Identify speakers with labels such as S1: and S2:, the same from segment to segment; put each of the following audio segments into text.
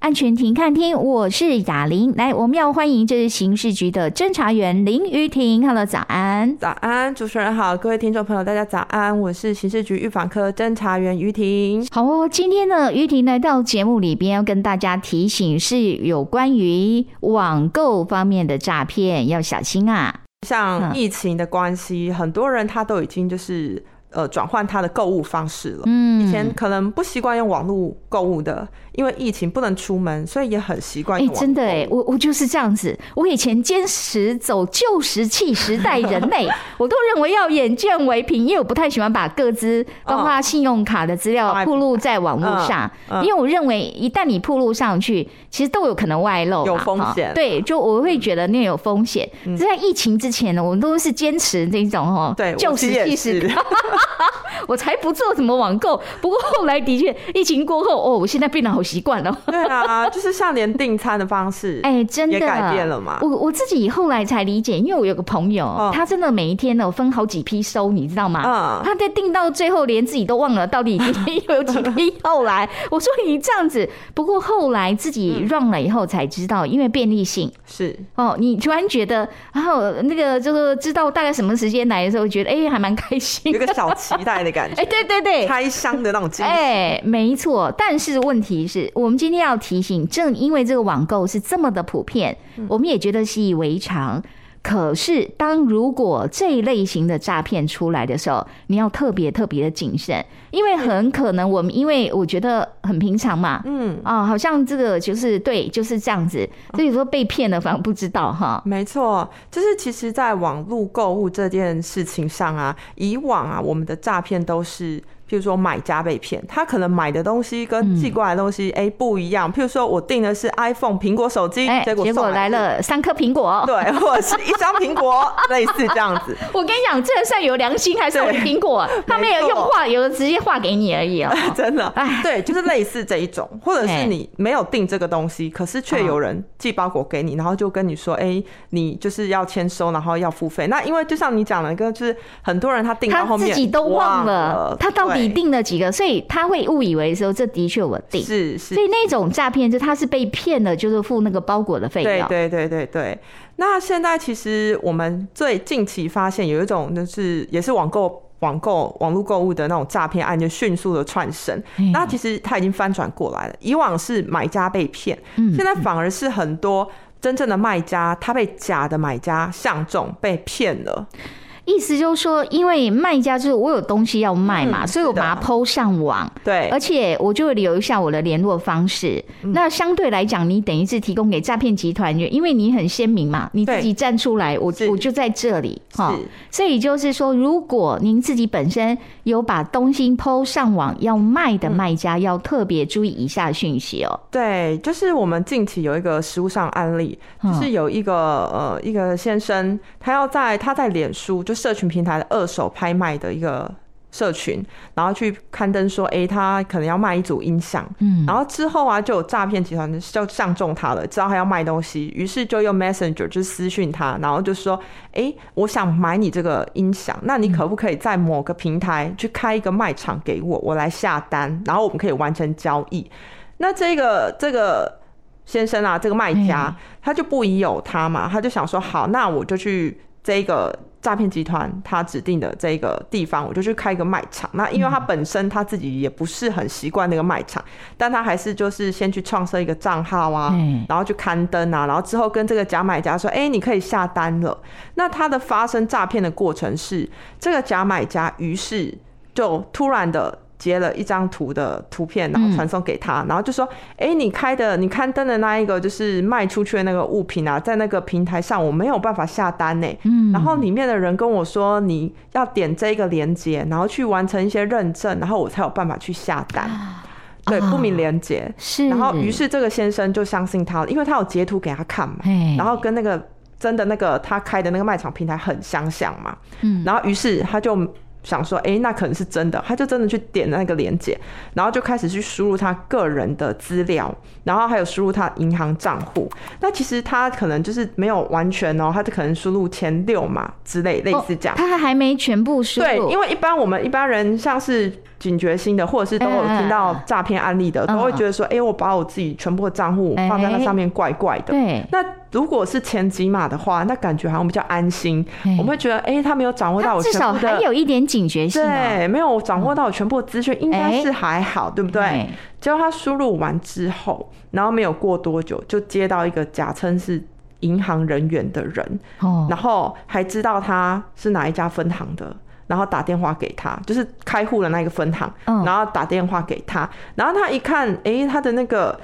S1: 安全停看厅，我是雅玲。来，我们要欢迎这是刑事局的侦查员林于婷。Hello，早安。
S2: 早安，主持人好，各位听众朋友，大家早安，我是刑事局预防科侦查员于婷。
S1: 好哦，今天呢，于婷来到节目里边要跟大家提醒是有关于网购方面的诈骗，要小心啊。
S2: 像疫情的关系，很多人他都已经就是呃转换他的购物方式了。
S1: 嗯，
S2: 以前可能不习惯用网络购物的，因为疫情不能出门，所以也很习惯
S1: 哎、
S2: 用网络
S1: 真的哎、我我就是这样子。我以前坚持走旧石器时代人 类，我都认为要眼见为凭，因为我不太喜欢把各资，
S2: 嗯
S1: 包括信用卡的资料
S2: 放在
S1: 暴露在网络上，
S2: 哦嗯嗯
S1: 因为我认为一旦你暴露上去，其实都有可能外露嘛，
S2: 有风
S1: 哈
S2: 险
S1: 对，就我会觉得那有风险。
S2: 嗯
S1: 在疫情之前呢，我们都是坚持这种哦，
S2: 对，
S1: 旧
S2: 我
S1: 石
S2: 其实也
S1: 器时代
S2: 是。
S1: 我才不做什么网购。不过后来的确，疫情过后，哦，我现在变得好习惯了。
S2: 对啊，就是像连订餐的方式，
S1: 哎、真的
S2: 也改变了嘛
S1: 我我自己后来才理解，因为我有个朋友，
S2: 嗯
S1: 他真的每一天呢分好几批收，你知道吗？
S2: 嗯
S1: 他在订到最后，连自己都忘了到底今天有几批后来。 我说你这样子，不过后来自己 run 了以后才知道，因为便利性
S2: 是
S1: 哦，你突然觉得，然后那个就是知道大概什么时间来的时候，觉得哎、还蛮开心
S2: 有一
S1: 的。
S2: 个小期待的感
S1: 哎、
S2: 觉，
S1: 对对对，
S2: 开箱的那种惊喜。
S1: 哎、没错，但是问题是我们今天要提醒，正因为这个网购是这么的普遍，
S2: 嗯
S1: 我们也觉得习以为常。可是，当如果这一类型的诈骗出来的时候，你要特别特别的谨慎，因为很可能我们因为我觉得很平常嘛，
S2: 嗯，
S1: 啊、好像这个就是对，就是这样子，所以说被骗了反而不知道哈。
S2: 没错，就是其实，在网络购物这件事情上啊，以往啊，我们的诈骗都是，譬如说买家被骗，他可能买的东西跟
S1: 嗯
S2: 寄过来的东西，哎、不一样。譬如说我订的是 iPhone 苹果手机，
S1: 哎、
S2: 结果
S1: 结
S2: 送
S1: 果来
S2: 的是，
S1: 了三颗苹 果，
S2: 对，或者是一张 苹果，类似这样子。
S1: 我跟你讲，这算有良心还是有
S2: 对
S1: 苹果？他没有
S2: 没错
S1: 用画，有的直接画给你而已哦。
S2: 真的
S1: 哎，
S2: 对，就是类似这一 种，或
S1: 哎
S2: 者
S1: 嗯
S2: 是你没有订这个东西，可是却有人寄包裹给你，然后就跟你说，哎、你就是要签收，然后要付费。那因为就像你讲的，一个就是很多人他订到
S1: 他
S2: 后面
S1: 自己都忘了
S2: 了，
S1: 他到底
S2: 对
S1: 订了几个，所以他会误以为说这的确我订。
S2: 是
S1: 所
S2: 是，
S1: 以那种诈骗就他是被骗的，就是付那个包裹的费
S2: 对
S1: 用。
S2: 对对对对。那现在其实我们最近期发现有一种就是也是网购。网购、网络购物的那种诈骗案就迅速的窜升，
S1: 哎
S2: 那其实它已经翻转过来了。以往是买家被骗，
S1: 嗯
S2: 现在反而是很多真正的卖家，他被假的买家相中，被骗了。
S1: 意思就是说，因为卖家就是我有东西要卖嘛，
S2: 嗯
S1: 所以我
S2: 是的哎
S1: 把它抛上网。
S2: 对
S1: 而，且我就会留一下我的联络方式。
S2: 嗯
S1: 那相对来讲，你等于是提供给诈骗集团，因为你很鲜明嘛，你自己站出来，我
S2: 是
S1: 我就在这里哈
S2: 是。
S1: 所以就是说，如果您自己本身有把东西抛上网要卖的卖家，要特别注意以下讯息哦。
S2: 对，就是我们近期有一个实物上案例，
S1: 嗯
S2: 就是有一个呃一个先生，他要在他在脸书就社群平台的二手拍卖的一个社群，然后去刊登说，诶，他可能要卖一组音响，
S1: 嗯，
S2: 然后之后啊，就有诈骗集团就相中他了，知道他要卖东西，于是就用 Messenger 就私讯他，然后就说：“哎、我想买你这个音响，那你可不可以在某个平台去开一个卖场给我，我来下单，然后我们可以完成交易？”那这个这个先生啊，这个卖家、他就不疑有他嘛，他就想说：“好，那我就去这个。”诈骗集团他指定的这个地方，我就去开一个卖场。那因为他本身他自己也不是很习惯那个卖场，但他还是就是先去创设一个账号啊，
S1: 嗯
S2: 然后去刊登啊，然后之后跟这个假买家说，哎、你可以下单了。那他的发生诈骗的过程是，这个假买家于是就突然的。截了一张图的图片，然后传送给他，然后就说：“哎、你开的、你刊登的那一个，就是卖出去的那个物品啊，在那个平台上我没有办法下单呢、
S1: 嗯
S2: 然后里面的人跟我说，你要点这个链接，然后去完成一些认证，然后我才有办法去下单。对，不明连接。
S1: 是。
S2: 然后，于，是这个先生就相信他了，因为他有截图给他看嘛，
S1: 嘿
S2: 然后跟那个真的那个他开的那个卖场平台很相像嘛，
S1: 嗯
S2: 然后于是他就想说，诶，那可能是真的，他就真的去点那个链接，然后就开始去输入他个人的资料，然后还有输入他银行账户。那其实他可能就是没有完全哦，他就可能输入前
S1: 哦
S2: 六嘛之类，类似这样。
S1: 他还没全部输
S2: 对，
S1: 入，
S2: 因为一般我们一般人像是警觉心的，或者是都有听到诈骗案例的，
S1: 嗯哎
S2: 都会觉得说，哎、我把我自己全部的账户放在那上面，怪怪的。
S1: 对，
S2: 那如果是前几码的话，那感觉好像比较安心，
S1: 嘿
S2: 我们会觉得，哎、他没有掌握到
S1: 他
S2: 我
S1: 至
S2: 全
S1: 少
S2: 部的
S1: 还，有一点警觉性啊，
S2: 对，没有掌握到我全部的资讯，应该
S1: 哎
S2: 是还好，对不对？
S1: 嘿
S2: 结果他输入完之后，然后没有过多久，就接到一个假称是银行人员的人，
S1: 哦，
S2: 然后还知道他是哪一家分行的，然后打电话给他，就是开户的那个分行，
S1: 嗯
S2: 然后打电话给他，然后他一看，诶，他的那个。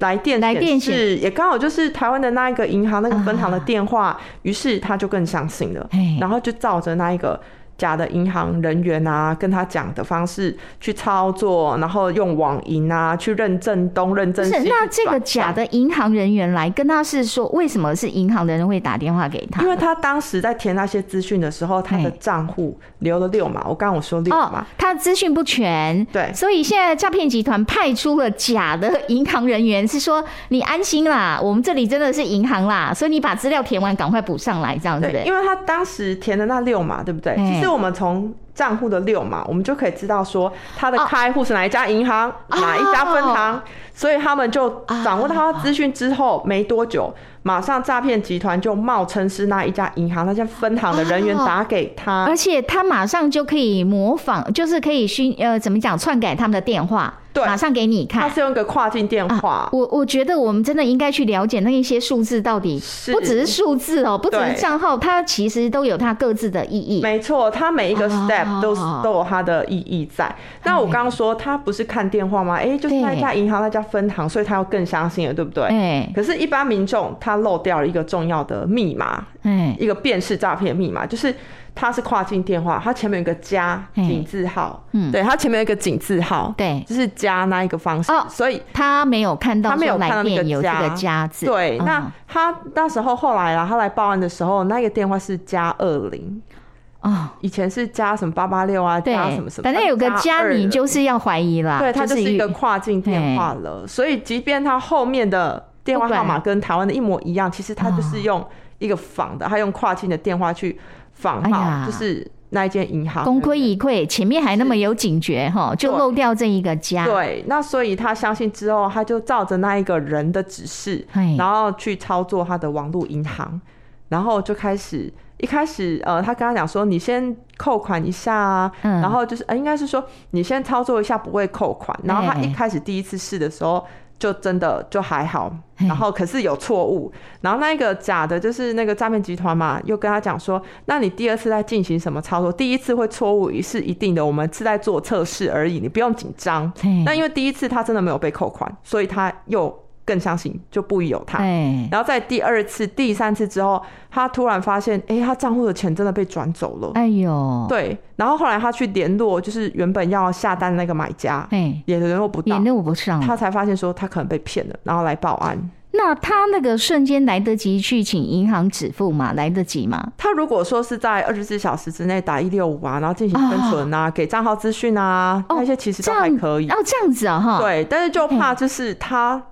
S2: 来电
S1: 来电啊
S2: 显示也刚好就是台湾的那一个银行那个分行的电话，于、是他就更相信了
S1: 嘿，
S2: 然后就照着那一个假的银行人员啊跟他讲的方式去操作，然后用网银啊去认证东认
S1: 不
S2: 证西
S1: 是，
S2: 去
S1: 那这个
S2: 转
S1: 假
S2: 账
S1: 的银行人员来跟他是说，为什么是银行的人会打电话给他？
S2: 因为他当时在填那些资讯的时候，他的
S1: 嘿
S2: 账户留了六码，我刚刚我说六
S1: 哦
S2: 码，，
S1: 他资讯不全，
S2: 对
S1: 所以现在诈骗集团派出了假的银行人员，是说你安心啦，我们这里真的是银行啦，所以你把资料填完，赶快补上来，这哦样对不
S2: 对，
S1: 对？
S2: 因为他当时填的那六码，对不对？
S1: 嘿
S2: 其实我们从账户的六码，我们就可以知道说他的
S1: 哦
S2: 开户是哪一家银行、哪一家分行，所以他们就掌握到他的资讯之后、没多久，马上诈骗集团就冒称是那一家银行那家分行的人员
S1: 哦
S2: 打给他，
S1: 而且他马上就可以模仿，就是可以熏呃，怎么讲篡改他们的电话，
S2: 对
S1: 马上给你
S2: 他
S1: 看。
S2: 是用一个跨境电话。
S1: 我我觉得我们真的应该去了解那一些数字到底，
S2: 是
S1: 不只是数字哦，不只是
S2: 对
S1: 账号，它其实都有它各自的意义。
S2: 没错，它每一个 step 都、是
S1: 哦
S2: 都有它的意义在。那我刚刚说，他不是看电话吗？哎、就是那
S1: 对
S2: 家银行那家分行，所以他要更相信了，对不对？
S1: 哎
S2: 可是，一般民众他漏掉了一个重要的密码，
S1: 哎，
S2: 一个辨识诈骗密码，就是它是跨境电话，它前面有一个加
S1: 嘿
S2: 井字号，
S1: 嗯
S2: 对，它前面有一个井字号，
S1: 对
S2: 就是加那一个方式，
S1: 哦
S2: 所以
S1: 他没有看到
S2: 他没有
S1: 说来
S2: 看到那个
S1: 电有这个
S2: 加
S1: 加字，
S2: 对，
S1: 嗯
S2: 那他那时候后来啊，他来报案的时候，那个电话是加二零，
S1: 哦，
S2: 以前是加什么八八六啊，
S1: 对
S2: 加什么什么，
S1: 反正有个加你
S2: 2了
S1: 就是要怀疑啦，
S2: 对，它就是一个
S1: 预
S2: 跨境电话了。所以即便它后面的电话号码跟台湾的一模一样，其实它就是用一个仿的，它用跨境的电话去仿
S1: 哎呀
S2: 号，就是那一间银行。
S1: 功亏一篑，前面还那么有警觉哈，就
S2: 对
S1: 漏掉这一个加，
S2: 对，那所以他相信之后，他就照着那一个人的指示
S1: 嘿，
S2: 然后去操作他的网络银行，然后就开始一开始呃，他跟他讲说，你先扣款一下啊，
S1: 嗯
S2: 然后就是呃，应该是说你先操作一下不会扣款，然后他一开始第一次试的时候。就真的就还好，然后可是有错误，然后那个假的就是那个诈骗集团嘛，又跟他讲说，那你第二次在进行什么操作？第一次会错误是一定的，我们是在做测试而已，你不用紧张。
S1: 嘿
S2: 那因为第一次他真的没有被扣款，所以他又更相信，就不疑有他。
S1: 哎，
S2: 然后在第二次、第三次之后，他突然发现，哎、他账户的钱真的被转走了。
S1: 哎呦，
S2: 对，然后后来他去联络，就是原本要下单的那个买家，
S1: 哎，
S2: 也联络不
S1: 也嗯
S2: 到，
S1: 弄不上。
S2: 他才发现说他可能被骗了，然后来报案。
S1: 那他那个瞬间来得及去请银行止付吗？来得及吗？
S2: 他如果说是在二十四小时之内打一六五啊，然后进行分存啊，给账号资讯啊，
S1: 哦
S2: 那些其实
S1: 这
S2: 都
S1: 样
S2: 还可以。
S1: 哦，这样子啊哈，，
S2: 对，但是就
S1: OK
S2: 怕就是他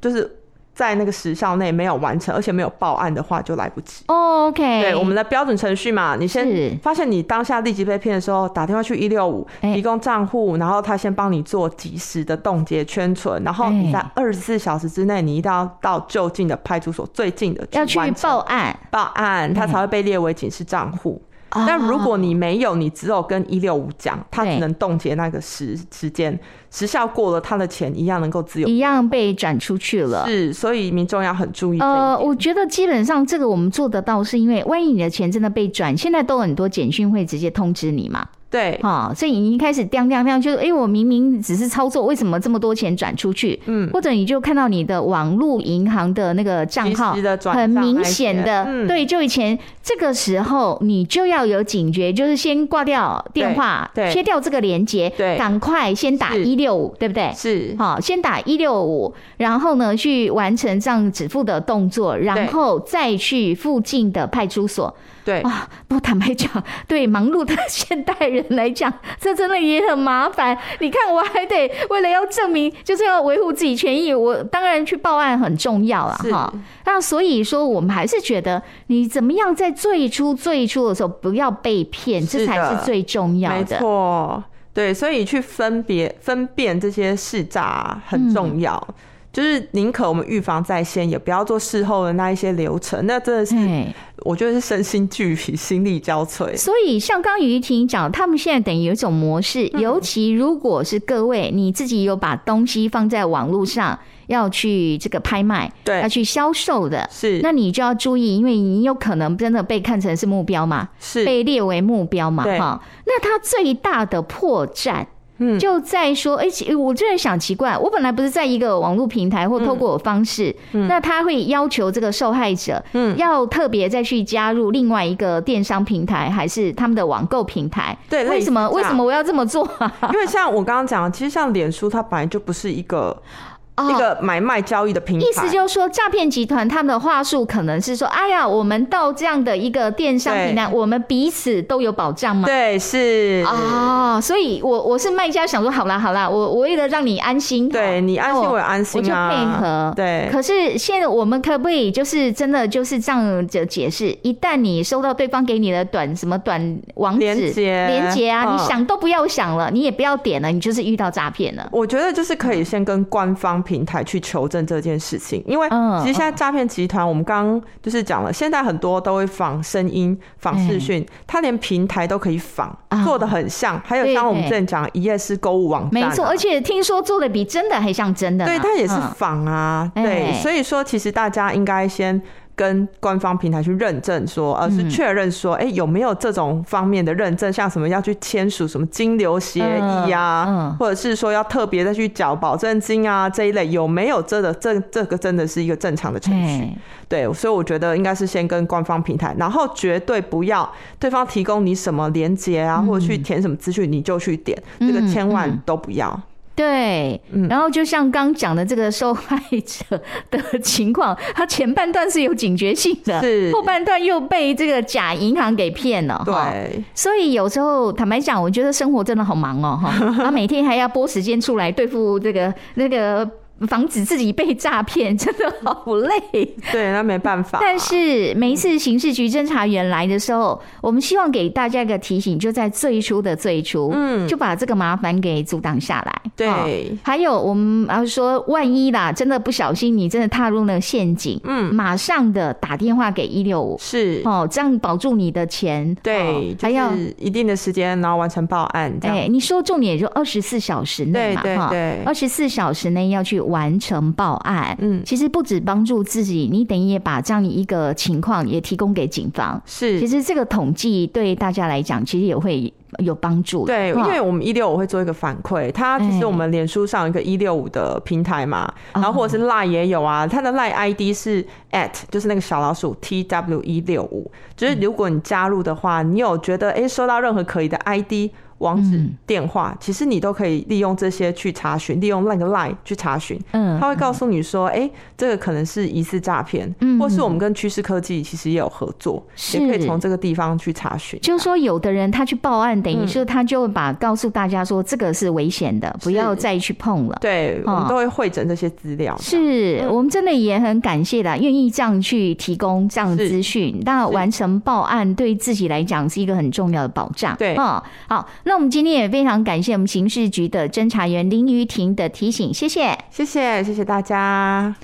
S2: 就是在那个时效内没有完成，而且没有报案的话就来不及。
S1: 哦，OK，
S2: 对，我们的标准程序嘛，你
S1: 是
S2: 先发现你当下立即被骗的时候，打电话去一六五
S1: 哎
S2: 提供账户，然后他先帮你做及时的冻结圈存，然后你在
S1: 哎
S2: 二十四小时之内，你一定要到就近的派出所最近的
S1: 要去
S2: 完成
S1: 报哎案。
S2: 报案，它才会被列为警示账户。
S1: 啊
S2: 但如
S1: 哦
S2: 果你没有，你只有跟一六五讲，它
S1: 对
S2: 只能冻结那个时时间，时效过了，他的钱一样能够自由。
S1: 一样被转出去了。
S2: 是，所以民众要很注意这一点。
S1: 呃，我觉得基本上这个我们做得到，是因为万一你的钱真的被转，现在都有很多简讯会直接通知你嘛，
S2: 对，
S1: 哈、所以你一开始亮亮亮，就是哎，诶我明明只是操作，为什么这么多钱转出去？嗯，或者你就看到你的网络银行的那个账号
S2: 及时的转
S1: 很
S2: 账
S1: 明
S2: 那一
S1: 显
S2: 些
S1: 的，
S2: 嗯
S1: 对，就以前这个时候你就要有警觉，就是先挂掉电话，
S2: 对对
S1: 切掉这个连接，
S2: 对
S1: 赶快先打
S2: 是
S1: 一六五，对不对？
S2: 是，
S1: 好，先打一六五，然后呢去完成这样止付的动作，然后再去附近的派出所。
S2: 对，
S1: 哇，不过坦白讲， 对忙碌的现代人来讲， 这真的也很麻烦。你看，我还得为了要证明，就是要维护自己权益，我当然去报案很重要了
S2: 是
S1: 哈。那所以说，我们还是觉得你怎么样在最初最初的时候不要被骗，这
S2: 是
S1: 才
S2: 的
S1: 是最重要
S2: 没
S1: 的。
S2: 错。对，所以去分别分辨这些试诈啊很
S1: 嗯
S2: 重要。就是宁可我们预防在先，也不要做事后的那一些流程。那真的是，
S1: 对，
S2: 我觉得是身心俱疲，心力交瘁。
S1: 所以像刚于婷讲，他们现在等于有一种模式，尤其如果是各位你自己有把东西放在网络上要去这个拍卖，要
S2: 对，
S1: 去销售的，
S2: 是
S1: 那你就要注意，因为你有可能真的被看成是目标嘛，
S2: 是，
S1: 被列为目标嘛，
S2: 对
S1: 哈。那它最大的破绽。
S2: 嗯
S1: 就在说，哎、其我真的想奇怪，我本来不是在一个网络平台或透过我方式，那他会要求这个受害者，
S2: 嗯
S1: 要特别再去加入另外一个电商平台，还是他们的网购平台？
S2: 对
S1: 为什么
S2: 类似这
S1: 为
S2: 样
S1: 什么我要这么做啊？
S2: 因为像我刚刚讲，其实像脸书，它本来就不是一个、 一
S1: 哦，
S2: 个买卖交易的平台，
S1: 意思就是说，诈骗集团他们的话术可能是说，哎呀，我们到这样的一个电商平台，我们彼此都有保障嘛。
S2: 对是。
S1: 哦，所以我我是卖家，想说好啦好啦，我我为了让你安心，
S2: 对你安心，
S1: 那
S2: 我也安
S1: 我
S2: 心
S1: 就
S2: 啊。
S1: 配合。
S2: 对，
S1: 可是现在我们可不可以就是真的就是这样的解释？一旦你收到对方给你的短什么短网址
S2: 连接
S1: 连接啊，
S2: 嗯
S1: 你想都不要想了，你也不要点了，你就是遇到诈骗了。
S2: 我觉得就是可以
S1: 嗯
S2: 先跟官方平台去求证这件事情，因为
S1: 嗯
S2: 其实现在诈骗集团，我们刚刚就是讲了，现在很多都会仿声音、仿视讯，它连平台都可以仿
S1: 哎啊，
S2: 做的很像。还有
S1: 对
S2: 像我们
S1: 对
S2: 之前讲的一夜式购物网站
S1: 没
S2: 啊，
S1: 错，而且听说做的比真的还像真的呢。
S2: 对，它也是
S1: 嗯
S2: 仿啊，
S1: 哎
S2: 对，所以说其实大家应该先。跟官方平台去认证说，
S1: 嗯
S2: 呃，是确认说，哎、有没有这种方面的认证？像什么要去签署什么金流协议啊，
S1: 嗯嗯
S2: 或者是说要特别再去缴保证金啊这一类，有没有这个这这个真的是一个正常的程序？
S1: 哎
S2: 对，所以我觉得应该是先跟官方平台，然后绝对不要对方提供你什么连接啊，或者去填什么资讯你就去点，这
S1: 嗯
S2: 个千万
S1: 嗯
S2: 都不要。
S1: 对，
S2: 嗯
S1: 然后就像刚讲的这个受害者的情况，他前半段是有警觉性的，
S2: 是
S1: 后半段又被这个假银行给骗了，哈。
S2: 对，
S1: 所以有时候坦白讲，我觉得生活真的好忙哦，哈，然后每天还要拨时间出来对付这个那个。防止自己被诈骗，真的好累。 啊
S2: 对，那没办法、
S1: 但是每一次刑事局侦查员来的时候，我们希望给大家一个提醒，就在最初的最初，嗯，就把这个麻烦给阻挡下来。哦
S2: 对，
S1: 还有，我们要说，万一啦，真的不小心，你真的踏入那个陷阱，嗯，马上的打电话给一六五，
S2: 是，
S1: 哦，这样保住你的钱，
S2: 对，
S1: 哦
S2: 就
S1: 还要。
S2: 是一定的时间，然后完成报案这样。
S1: 哎、你说重点就二十四小时内
S2: 对
S1: 嘛，
S2: 对
S1: 哈，呃
S2: 对，
S1: 二十四小时内要去完成报案。
S2: 嗯，
S1: 其实不止帮助自己，你等于也把这样一个情况也提供给警方。其
S2: 是。
S1: 实这个统计对大家来讲，其实也会有帮助的。哦
S2: 对，因
S1: 哈
S2: 为我们一六五会做一个反馈，它其
S1: 哎
S2: 实我们脸书上有一个一六五的平台嘛，
S1: 哦
S2: 然后或者是 Line 也有啊，它的 Line ID 是 at，就是那个小老鼠 T W 一六五，
S1: 嗯
S2: 就是如果你加入的话，你有觉得哎、收到任何可疑的 ID 网址
S1: 嗯、
S2: 电话，其实你都可以利用这些去查询，利用那个 Line 去查询，
S1: 嗯，
S2: 他会告诉你说，哎、这个可能是疑似诈骗，
S1: 嗯
S2: 或是我们跟趋势科技其实也有合作，
S1: 是
S2: 也可以从这个地方去查询。
S1: 就是说，有的人他去报案，等
S2: 嗯
S1: 于说他就会把告诉大家说，这个是危险的，不要再去碰了。
S2: 对，我
S1: 哦
S2: 们都会会诊这些资料。
S1: 是
S2: 嗯
S1: 我们真的也很感谢啦，愿意这样去提供这样的
S2: 是
S1: 资讯。那完成报案对自己来讲是一个很重要的保障。
S2: 对
S1: 嗯，好，那我们今天也非常感谢我们刑事局的侦查员林于婷的提醒，谢谢。
S2: 谢谢，谢谢大家。